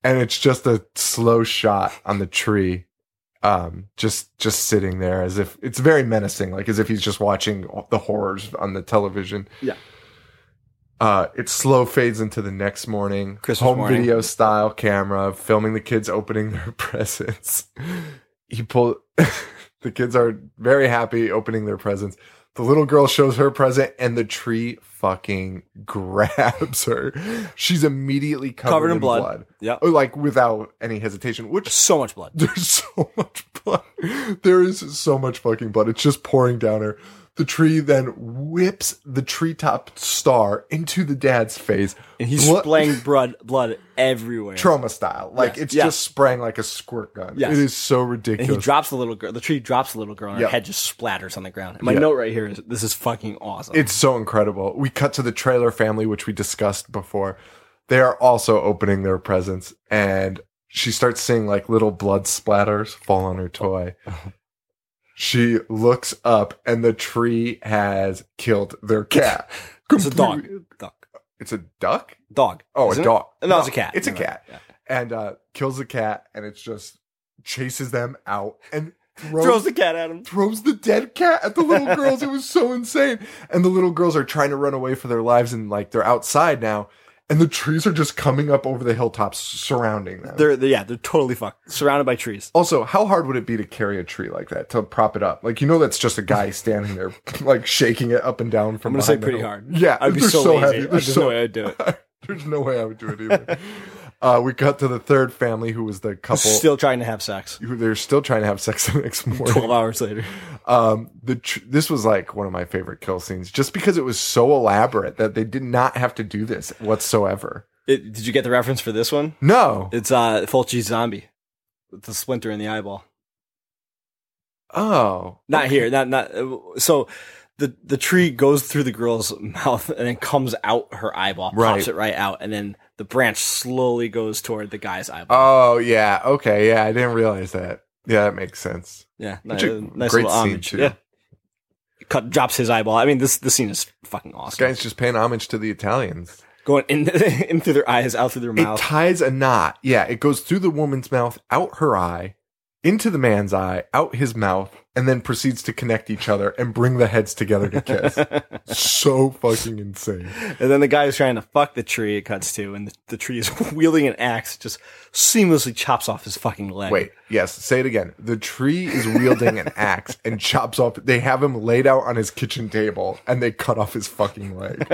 And it's just a slow shot on the tree. Um, just just sitting there as if it's very menacing, like as if he's just watching the horrors on the television.
Yeah.
Uh, it slow fades into the next morning,
Christmas
home
morning.
video style camera, filming the kids opening their [laughs] presents. He pulled. [laughs] the kids are very happy opening their presents. The little girl shows her present, and the tree fucking [laughs] grabs her. She's immediately covered, in, blood.
Yep.
Oh, like without any hesitation. Which
So much blood.
[laughs] there's so much blood. There is so much fucking blood. It's just pouring down her. The tree then whips the treetop star into the dad's face.
And he's
Blood-
splaying blood, blood everywhere.
trauma style. Like
Yes,
it's
yeah.
just spraying like a squirt gun.
Yes.
It is so
And he
ridiculous.
drops the little girl. The tree drops the little girl, and
Yeah.
her head just splatters on the ground. And my
Yeah.
note right here is: this is fucking awesome.
it's so incredible. We cut to the trailer family, which we discussed before. They are also opening their presents, and she starts seeing like little blood splatters fall on her toy. She looks up, and the tree has killed their cat.
It's a dog.
Completely-
Dog.
It's a duck.
Dog.
Oh,
isn't
a
it?
dog.
No, it's a cat.
It's a
Never mind.
cat, and uh, kills the cat, and it's just chases them out and
Yeah.
throws,
Throws the cat at him.
throws the dead cat at the
[laughs]
little girls. It was so insane. And the little girls are trying to run away for their lives and like they're outside now. And the trees are just coming up over the hilltops surrounding them.
They're, they're yeah, they're totally fucked. Surrounded by trees.
also, how hard would it be to carry a tree like that to prop it up? Like you know, that's just a
[laughs]
guy standing there, like shaking it up and down. From
I'm gonna say
behind the
pretty
hill.
hard.
Yeah,
I'd be
they're
so, lazy.
They're
There's
so-
no way
[laughs]
I'd do it.
There's no way I would do it
[laughs]
either. uh, we cut to the third family, who was the couple.
Still trying to have sex.
who they're still trying to have sex
[laughs]
the next [laughs] morning.
Twelve hours later.
um the tr- this was like one of my favorite kill scenes just because it was so elaborate that they did not have to do this whatsoever
It, did you get the reference for this one?
no
It's uh Fulci's zombie. With the splinter in the eyeball.
oh
Not here. Not not. uh, So the the tree goes through the girl's [laughs] mouth and then comes out her eyeball,
Right.
pops it right out, and then the branch slowly goes toward the guy's eyeball.
oh yeah okay yeah i didn't realize that yeah that makes sense
yeah,
Which
nice,
a
nice
great
little
scene,
homage.
too.
Yeah, cut drops his eyeball. I mean, this this scene is fucking
this
awesome.
guy's just paying homage to the italians
Going in [laughs] in through their eyes, out through their
It
mouth.
ties a knot. Yeah, it goes through the woman's mouth, out her eye, into the man's eye, out his mouth, and then proceeds to connect each other and bring the heads together to kiss. so fucking insane.
And then the guy who's trying to fuck the tree, it cuts to, and the, the tree is [laughs] wielding an axe, just seamlessly chops off his fucking leg.
Wait, yes, say it again. The tree is wielding
[laughs]
an axe and chops off. They have him laid out on his kitchen table and they cut off his fucking
[laughs]
leg.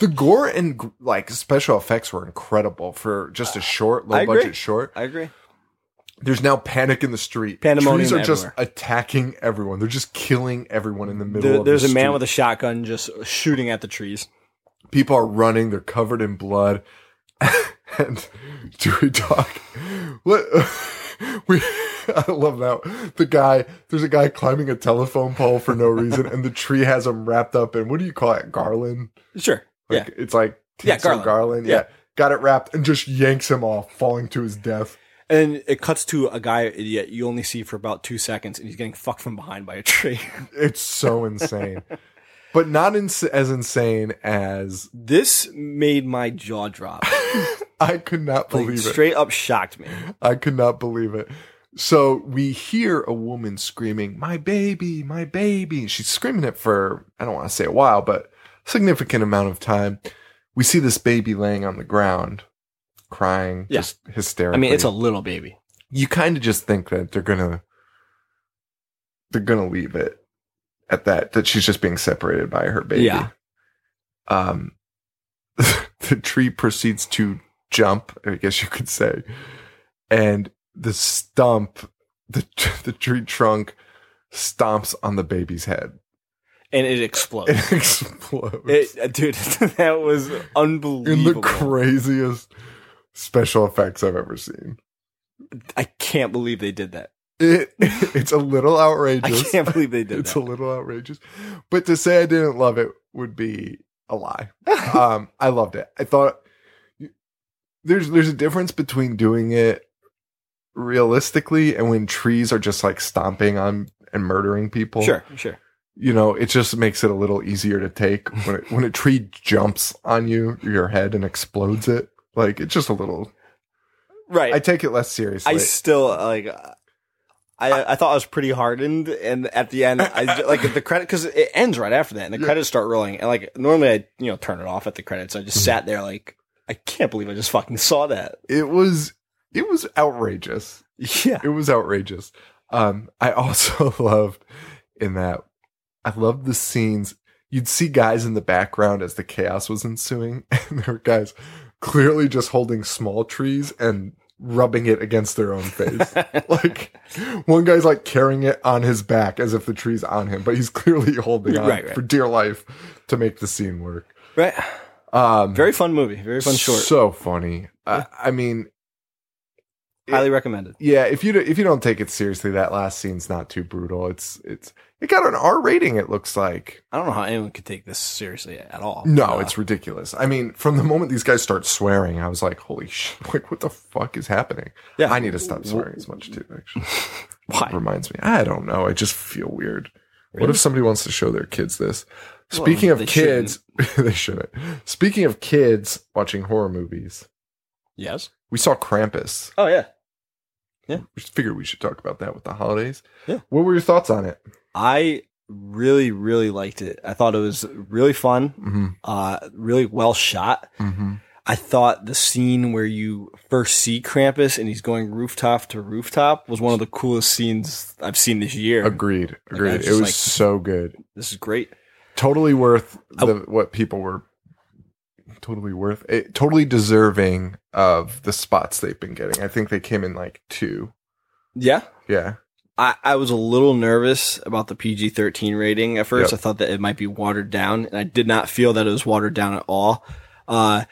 the gore and gr- like special effects were incredible for just a short, low
Uh, I agree.
budget short.
I agree.
There's now panic in the street.
Pandemonium
Trees are
everywhere.
just attacking everyone. They're just killing everyone in the middle.
There,
of
there's
the
a man
street.
with a shotgun just shooting at the trees.
people are running. They're covered in blood. [laughs] and do we talk? What [laughs] we? [laughs] I love that the guy. There's a guy climbing a telephone pole for no reason, and the tree has him wrapped up in what do you call it? Garland.
Sure.
Like it's like
Yeah,
tinsel
garland.
Yeah.
Yeah.
got it wrapped and just yanks him off, falling to his death.
And it cuts to a guy idiot you only see for about two seconds, and he's getting fucked from behind by a tree. [laughs]
It's so insane, but not ins- as insane as [laughs]
this made my jaw drop.
I could not [laughs]
Like,
believe it.
straight up shocked me.
[laughs] I could not believe it. So we hear a woman screaming, "My baby, my baby!" She's screaming it for I don't want to say a while, but significant amount of time. We see this baby laying on the ground, crying,
Yeah.
just hysterically.
I mean, it's a little baby.
you kind of just think that they're gonna they're gonna leave it at that. That she's just being separated by her baby.
Yeah.
Um, [laughs] the tree proceeds to jump. I guess you could say, and the stump, the [laughs] the tree trunk, stomps on the baby's head. [laughs]
And it explodes.
It
[laughs]
explodes
it, uh, dude, [laughs] that was
in the
unbelievable.
craziest special effects I've ever seen.
I can't believe they did that.
It [laughs] it's a little
I
outrageous.
can't believe they
[laughs]
did
it's a
that.
little outrageous. But to say I didn't love it would be a lie. um, I loved it. I thought there's there's a difference between doing it realistically and when trees are just like stomping on and murdering people.
Sure, sure.
You know, it just makes it a little easier to take when it, when a tree jumps on you, your head and explodes it. Like it's just a little.
Right.
I take it less seriously.
I still like. I I thought I was pretty hardened, and at the end, I ju- like the credit because it ends right after that, and the credits start rolling, and like normally I you know turn it off at the credits. I
Mm-hmm.
just sat there like I can't believe I just fucking
[laughs]
saw that.
it was it was outrageous.
Yeah,
[laughs] it was outrageous. Um, I also [laughs] loved in that I loved the scenes. You'd see guys in the background as the chaos was ensuing, [laughs] and there were guys clearly just holding small trees and rubbing it against their own
[laughs]
face. like one guy's like carrying it on his back as if the tree's on him, but he's [laughs] clearly holding on
Right, right.
for dear life to make the scene work.
[laughs] right.
Um,
Very fun movie. Very fun short.
So funny. I, I mean,
Highly recommended.
Yeah, if you do- if you don't take it seriously, that last scene's not too brutal. It's it's it got an R rating. It looks like
I don't know how anyone could take this seriously at all.
no,
Uh,
it's ridiculous. I mean, from the moment these guys start swearing, I was like, holy [laughs] shit! Like, what the fuck is happening?
Yeah.
I need to stop swearing as much too. Actually,
why?
reminds me. I don't know. I just feel weird. What
Really?
if somebody wants to show their kids this? Speaking
they
of kids, [laughs] they shouldn't. Speaking of kids watching horror movies,
Yes.
we saw Krampus.
Oh yeah.
We figured we should talk about that with the holidays.
Yeah.
What were your thoughts on it?
I really really liked it. I thought it was really fun.
Mm-hmm.
Uh, really well shot.
Mm-hmm.
I thought the scene where you first see Krampus and he's going rooftop to rooftop was one of the coolest scenes I've seen this year.
Agreed.
I
Agreed.
was
it
just
was
like-
so good.
This is great.
Totally worth
I-
the, what people were totally worth it, totally deserving of the spots they've been getting. I think they came in like two.
Yeah.
Yeah.
I, I was a little nervous about the PG 13 rating at first.
Yep.
I thought that it might be watered down, and I did not feel that it was watered down at all. Uh,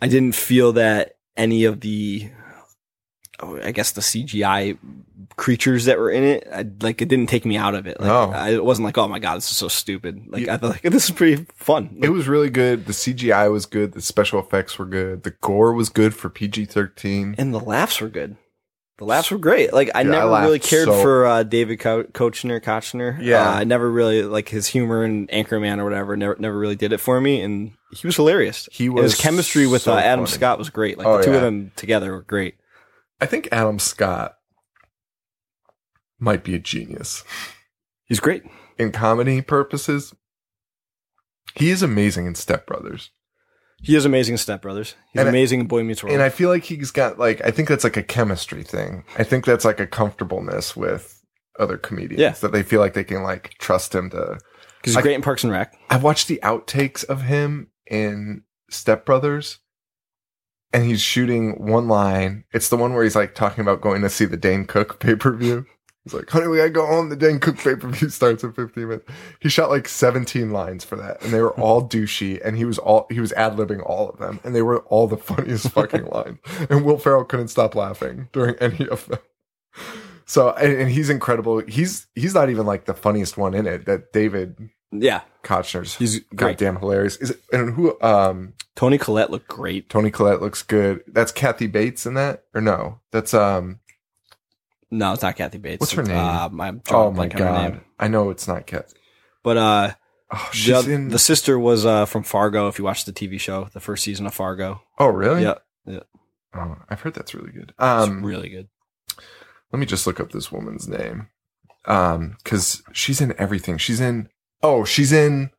I didn't feel that any of the, oh, I guess, the CGI creatures that were in it, I, like, it didn't take me out of it. Like,
No.
I, it wasn't like, oh my God, this is so stupid. Like,
Yeah.
I thought, like, [laughs] this is pretty fun.
It was really good. The CGI was good. The special effects were good. The gore was good for PG 13.
and the laughs were good. The laughs were great. Like I
Yeah, I
never
laughed
really cared
so-
for uh, David Co- Kochner. Kochner.
Yeah.
Uh, I never really like his humor and Anchorman or whatever. Never, never really did it for me. And he was hilarious.
He
And
was
his chemistry with
so
uh, Adam
funny.
Scott was great. Like
Oh,
the two
yeah.
of them together were great.
I think Adam Scott might be a genius
He's great.
in comedy purposes. He is amazing in Step Brothers.
He is amazing. in Step Brothers. He's
And I-
amazing. in Boy Meets World.
And I feel like he's got like I think that's like a chemistry thing. I think that's like a comfortableness with other comedians
Yeah.
that they feel like they can like trust him to.
'Cause he's
I-
great in Parks and Rec.
I watched the outtakes of him in Step Brothers, and he's shooting one line. It's the one where he's like talking about going to see the Dane Cook [laughs] pay per view. He's like, "Honey, we gotta go home. The Dane Cook pay per view starts in 15 minutes." He shot like 17 lines for that, and they were all douchey. And he was all he was ad libbing all of them, and they were all the funniest fucking lines. And Will Ferrell couldn't stop laughing during [laughs] any of them. So, and, and he's incredible. He's he's not even like the funniest one in it. That David
Yeah.
Kochner's
He's great.
goddamn hilarious. Is it, and who? Um,
Tony Collette looked great.
Tony Collette looks good. That's Kathy Bates in that, or no? That's um.
No, it's not Kathy Bates.
What's her name?
Uh, I'm drawing
Oh
a
my
blank on her
god!
name.
I know it's not Kat.
But uh,
Oh,
the,
she's in.
the sister was uh, from Fargo. If you watch the TV show, the first season of Fargo.
oh really?
Yeah.
Oh, I've heard that's really good.
It's
Um,
really good.
let me just look up this woman's name. Um, because she's in everything. She's in. Oh, she's in.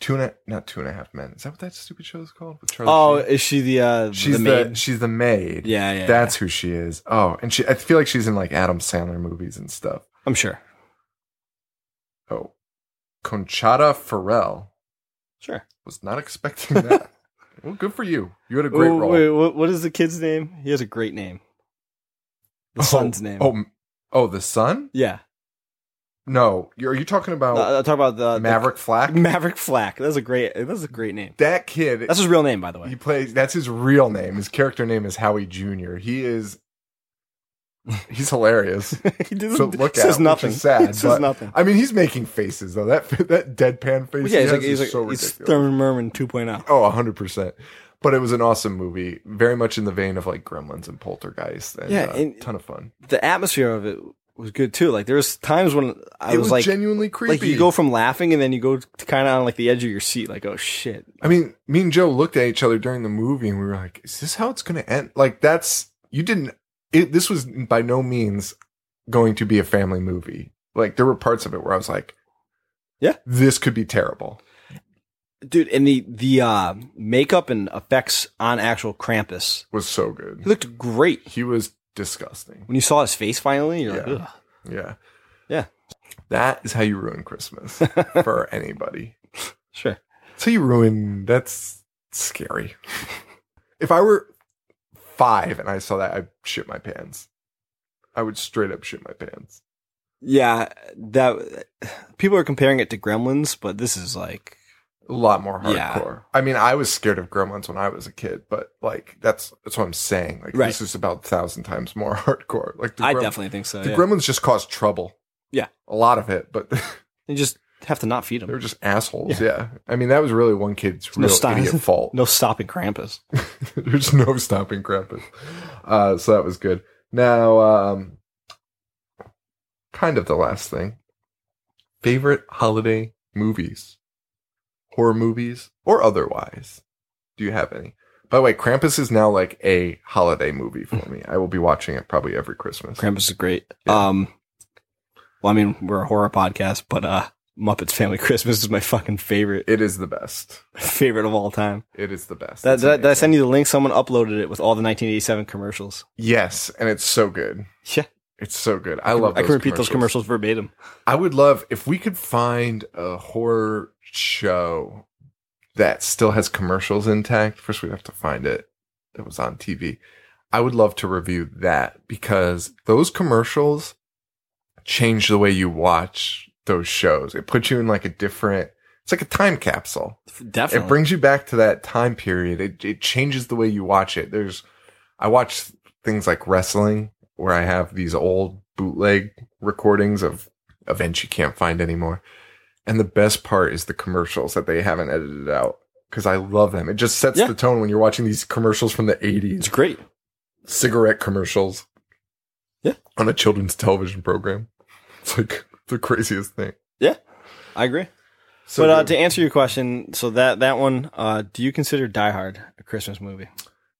Two and a, not two and a half men. Is that what that stupid show is called? With Charlie
Oh,
Sheen?
is she the uh
she's
the
the,
maid?
she's the maid.
yeah, yeah.
that's who she is. Oh, and she. I feel like she's in like Adam Sandler movies and stuff.
yeah. I'm sure.
Oh, Conchata Farrell
Sure.
was not expecting
[laughs]
that. well, good for you. You had a great
Oh,
role.
Wait, what, what is the kid's name? He has a great name. The
oh,
son's name.
Oh, m- oh, the son?
yeah.
No, you are you talking about
No, I'll talk about the the-
oh, Maverick Flack?
Maverick Flack. That's a great. That's a great name.
that kid.
That's his real name, by the
he
way.
plays. That's his real name. His character name is Howie Jr. He is. He's
[laughs]
hilarious.
[laughs] he
So
doesn't,
look
says
at
nothing. [laughs]
Which is sad.
He says
but-
nothing.
I mean, he's making faces though. That that deadpan face.
Well,
he
yeah, he's
has
like
is
he's like
so
he's
ridiculous.
Thurman Merman 2.0.
Oh, 100%. But it was an awesome movie, very much in the vein of like Gremlins and Poltergeist, and
Yeah,
uh,
and-
ton of fun.
The atmosphere of it was good too. Like there was times when I
it
was, like,
genuinely creepy.
like you go from laughing and then you go to kind of on like the edge of your seat, like oh shit.
I mean, me and Joe looked at each other during the movie and we were like, is this how it's going to end? Like, that's, you didn't, it, this was by no means going to be a family movie. Like, there were parts of it where I was like,
Yeah.
this could be terrible.
Dude, and the the uh, makeup and effects on actual Krampus,
Was so
he
good.
looked great.
He was disgusting.
When you saw his face finally, you're
Yeah.
like, Ugh.
Yeah.
Yeah.
That is how you ruin Christmas
[laughs]
for anybody.
sure.
So you ruin, that's scary. if I were five and I saw that, I'd shit my pants. I would straight up shit my pants.
Yeah, that people are comparing it to Gremlins, but this is like
a lot more hardcore.
Yeah.
I mean, I was scared of gremlins when I was a kid, but like that's that's what I'm saying. Like
Right.
this is about a thousand times more [laughs] hardcore. Like
I
grem-
definitely think so.
the
yeah.
gremlins just caused trouble.
Yeah.
a lot of it, but [laughs] they
you just have to not feed him.
were just assholes. Yeah, I mean that was really one kid's
No
real
style.
idiot fault.
[laughs] No stopping Krampus.
[laughs] There's no stopping Krampus. Uh, so that was good. Now, um, kind of the last thing. Favorite holiday movies, horror movies, or otherwise? Do you have any? By the way, Krampus is now like a holiday movie for me. I will be watching it probably every Christmas.
Krampus is great.
Yeah.
Um, well, I mean, we're a horror podcast, but uh, Muppets Family [laughs] Christmas is my fucking favorite,
It is the best.
favorite of all time.
It is the best.
That,
It's
that, did I
amazing.
send you the link? Someone uploaded it with all the 1987 commercials.
yes, and it's so good.
Yeah,
It's so good. I love.
I
those
can repeat those commercials verbatim.
I would love if we could find a horror show that still has commercials intact. First, we'd have to find it that was on TV. I would love to review that because those commercials change the way you watch those shows. It puts you in like a different, it's like a time capsule.
Definitely.
It brings you back to that time period. It, it changes the way you watch it. There's, I watch things like wrestling where I have these old bootleg recordings of events you can't find anymore. And the best part is the commercials that they haven't edited out because I love them. It just sets
Yeah.
the tone when you're watching these commercials from the 80s,
it's great.
cigarette commercials.
Yeah.
On a children's television program. It's like the craziest thing.
I agree.
So
but uh,
good.
to answer your question, so that that one, uh, do you consider Die Hard a Christmas movie?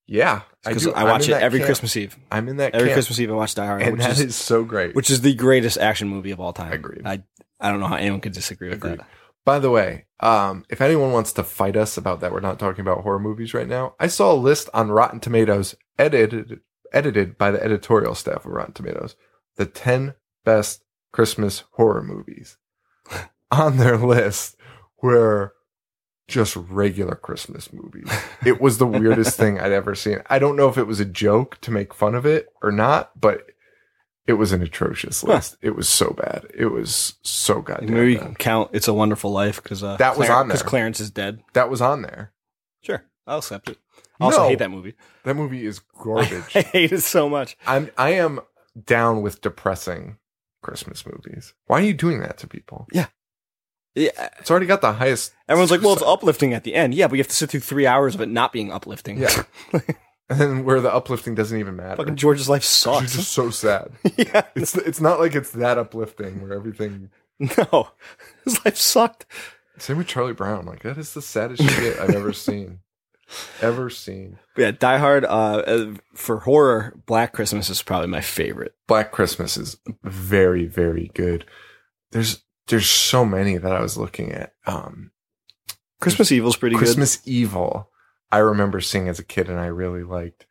yeah,
Because
do.
I
I'm
watch
in
it
that
every
camp.
Christmas Eve.
I'm in that
Every
camp.
Christmas Eve, I watch Die Hard,
and
which
that
is
is so great.
which is the greatest action movie of all time.
Agreed.
I I don't know how anyone could disagree with
Agreed.
that.
By the way, um, if anyone wants to fight us about that, we're not talking about horror movies right now. I saw a list on Rotten Tomatoes edited edited by the editorial staff of Rotten Tomatoes, the ten best Christmas horror
[laughs]
movies. on their list were just regular Christmas movies. It was the weirdest thing I'd ever seen. I don't know if it was a joke to make fun of it or not, but it was an atrocious
Huh.
list. It was so bad. It was so goddamn.
Maybe you
bad.
can count "It's a Wonderful Life" because uh,
That was on there.
because Clarence is dead.
That was on there.
Sure, I'll accept it. I also
No.
hate that movie. [laughs]
That movie is
I
garbage.
hate it so much.
I'm I am down with depressing Christmas movies. Why are you doing that to people?
Yeah,
It's already got the highest.
everyone's like, "Well, it's
suicide-
uplifting at the end." Yeah, but you have to sit through three hours of it not being uplifting.
Yeah. [laughs] and then where the uplifting doesn't even matter.
[laughs] fucking George's
[laughs]
life
You're
sucks.
just so sad.
[laughs] yeah,
It's it's not like it's that uplifting where everything.
no, his life sucked.
Same with Charlie Brown. Like that is the saddest shit I've
[laughs]
ever seen, ever seen.
But yeah, Die Hard. Uh, uh, for horror, Black Christmas is probably my favorite.
Black Christmas is very, very good. There's there's so many that I was looking at. Um,
Christmas Evil's pretty good.
Christmas Evil. I remember seeing as a kid and I really liked.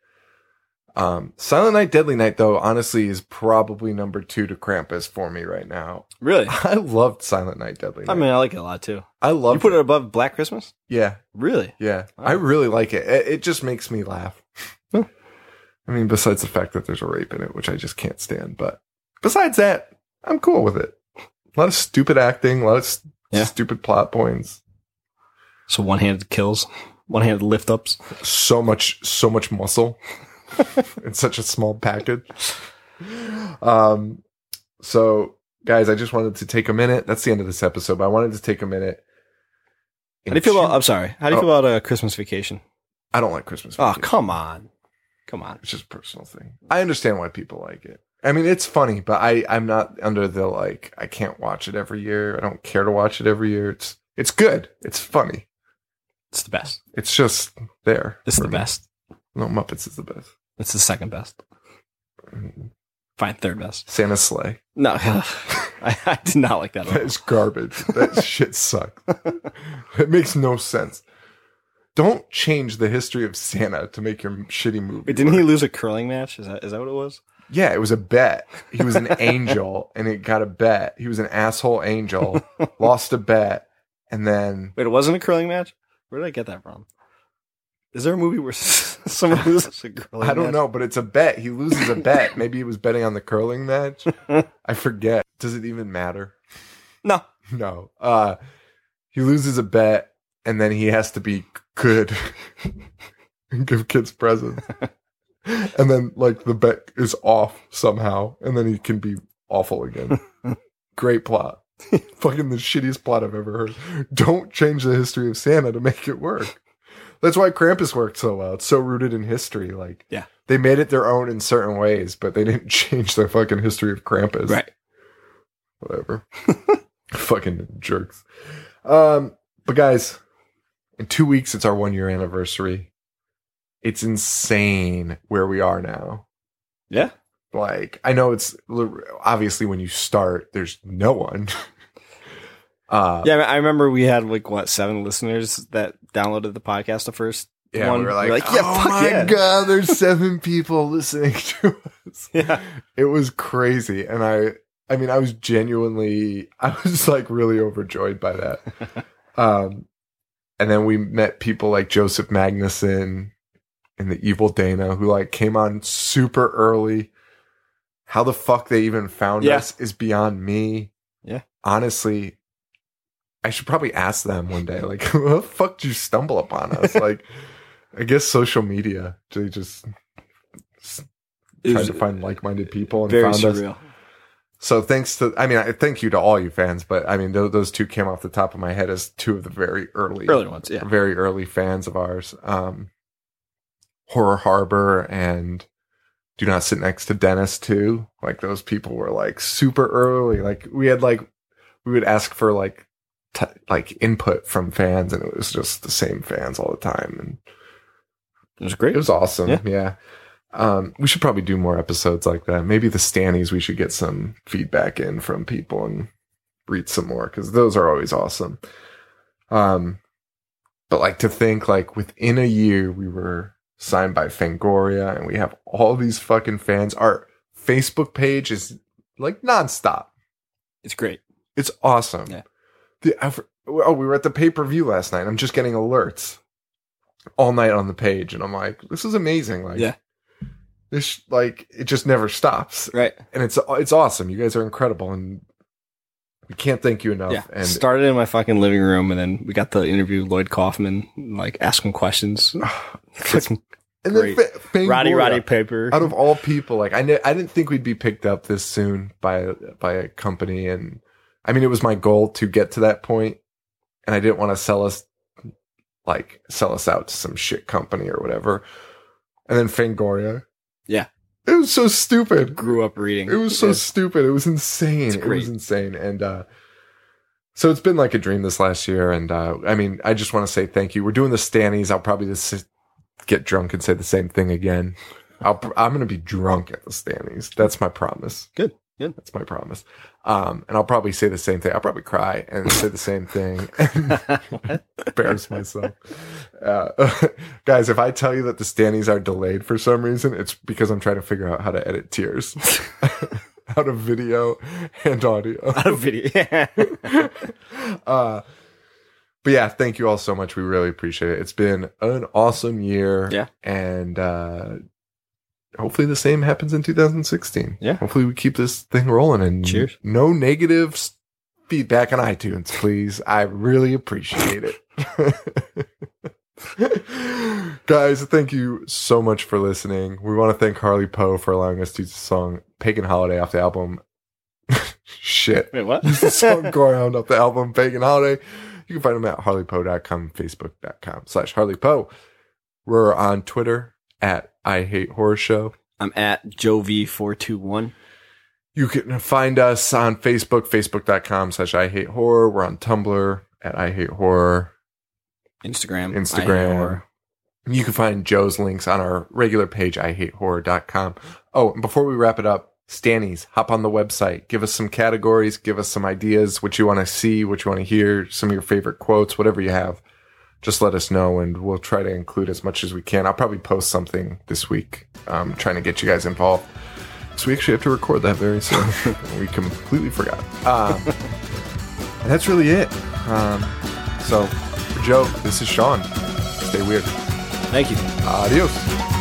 Um, Silent Night, Deadly Night, though, honestly, is probably number two to Krampus for me right now. [laughs]
Really,
I loved Silent Night, Deadly Night.
I mean, I like it a lot too.
I love
You put it above Black Christmas?
Yeah,
Really?
yeah.
Wow.
I really like it. it. It just makes me laugh.
Huh.
I mean, besides the fact that there's a rape in it, which I just can't stand. But besides that, I'm cool with it. A lot of stupid acting, a lot of s-
Yeah.
stupid plot points.
So one-handed kills, one-handed lift ups.
so much so much muscle [laughs] in such a small package um so guys i just wanted to take a minute that's the end of this episode but i wanted to take a minute Oh.
How do you feel about? I'm sorry. How do you feel about a uh, Christmas vacation?
I don't like Christmas
Oh,
movies.
come on. Come on.
It's just a personal thing. I understand why people like it. I mean, it's funny, but I I'm not under the like I can't watch it every year. I don't care to watch it every year. It's it's good. It's funny.
It's the best.
It's just there.
It's the
for me.
best.
No, Muppets is the best.
It's the second best. Fine, third best.
Santa's sleigh.
Mm-hmm. No, [laughs] I, I did not like that. At all.
That's garbage. That shit sucked. It makes no sense. Don't change the history of Santa to make your shitty movie.
[laughs] Wait, didn't he
work.
lose a curling match? Is that is that what it was?
Yeah, it was a bet. He was an
[laughs]
angel and it got a bet. He was an asshole angel, lost a bet, and then
Wait, it wasn't a curling match. Where did I get that from? Is there a movie where [laughs] someone loses a curling?
I don't
match?
know, but it's a bet. He loses a
[laughs]
bet. Maybe he was betting on the curling match. I forget. Does it even matter?
No,
[laughs] No. Uh he loses a bet and then he has to be good and give kids
[laughs]
presents. and then like the bet is off somehow and then he can be awful
[laughs]
again. Great plot. Fucking the shittiest plot I've ever heard. Don't change the history of Santa to make it work. That's why Krampus worked so well. It's so rooted in history. Like,
Yeah.
they made it their own in certain ways, but they didn't [laughs] change the fucking history of Krampus
right.
whatever. [laughs] Fucking jerks. Um, but guys, in two weeks it's our one year anniversary. It's insane where we are now.
Yeah.
Like I know it's obviously when you start, there's no one. [laughs] uh,
Yeah, I remember we had like what seven listeners that downloaded the podcast the first. [laughs]
yeah,
one-
we were like,
we're like, yeah,
oh
fuck
my
yeah."
god,
[laughs]
there's seven people listening to us.
Yeah,
it was crazy and i i mean i was genuinely i was like really overjoyed by that um and then we met people like joseph magnuson and the evil dana who like came on super early how the fuck they even found
Yeah.
us is beyond me
Yeah.
honestly i should probably ask them one day like [laughs] how the fuck did you stumble upon
[laughs]
us like i guess social media they just
It
tried
was
to find like-minded people and
very
found us
surreal.
so thanks to, I mean, I thank you to all you fans, but I mean, th- those two came off the top of my head as two of the very early,
Early ones, yeah.
very early fans of ours. Um, Horror Harbor and Do Not Sit Next to Dennis too. Like those people were like super early. Like we had like, we would ask for like, t- like input from fans and it was just the same fans all the time. And
It was great.
it was awesome. Yeah.
Yeah.
Um, we should probably do more episodes like that. Maybe the Stannies, we should get some feedback in from people and read some more because those are always awesome. Um, but like to think like within a year we were signed by Fangoria and we have all these fucking fans. Our Facebook page is like nonstop.
It's great.
It's awesome.
Yeah.
The effort, oh, we were at the pay per view last night. I'm just getting alerts all night on the page, and I'm like, this is amazing. Like,
Yeah.
this like it just never stops,
Right.
and it's it's awesome. You guys are incredible, and we can't thank you enough.
Yeah.
And
Started in my fucking living room, and then we got the interview with Lloyd Kaufman, like
[sighs]
asking questions. Fucking
and then
great.
fa- Fangoria,
Roddy Roddy Paper.
out of all people, like I kn- I didn't think we'd be picked up this soon by by a company, and I mean it was my goal to get to that point, and I didn't want to sell us like sell us out to some shit company or whatever. And then Fangoria,
Yeah.
it was so stupid.
[laughs] grew up reading.
It was so
Yeah.
stupid. It was insane.
It's
It
great.
was insane. And uh, so it's been like a dream this last year. And uh, I mean, I just want to say thank you. We're doing the Stannies. I'll probably just s- get drunk and say the same thing again. I'll, pr- I'm going to be drunk at the Stannies. That's my promise.
good.
[laughs]
Good.
That's my promise. Um, and I'll probably say the same thing. I'll probably cry and say the same thing. [laughs] embarrass myself. Uh, [laughs] guys, if I tell you that the standees are delayed for some reason, it's because I'm trying to figure out how to edit tears [laughs] out of video and audio.
Out of video. Yeah.
[laughs] Uh, but yeah, thank you all so much. We really appreciate it. It's been an awesome year.
Yeah.
And uh, hopefully the same happens in 2016.
Yeah.
Hopefully we keep this thing rolling and
Cheers.
no negative s- feedback on iTunes, please. I really appreciate it. [laughs] Guys, thank you so much for listening. We want to thank Harley Poe for allowing us to use the song Pagan Holiday off the album. [laughs] Shit
[laughs]
[laughs]
Wait, what?
the song Ground off the album Pagan Holiday. You can find them at harleypoe.com, facebook.com slash harleypoe. We're on Twitter at I Hate Horror Show.
I'm at Jovi421.
You can find us on Facebook, facebook.com slash I Hate Horror. We're on Tumblr at I Hate Horror.
Instagram. I hate
Instagram.
horror.
You can find Joe's links on our regular page, ihatehorror.com. Oh, and before we wrap it up, Stannies, hop on the website. Give us some categories. Give us some ideas, what you want to see, what you want to hear, some of your favorite quotes, whatever you have. Just let us know, and we'll try to include as much as we can. I'll probably post something this week, um, trying to get you guys involved. So we actually have to record that very soon. [laughs] we completely forgot.
[laughs]
Um, and that's really it. Um, so, for Joe, this is Sean. Stay weird.
Thank you.
Adios.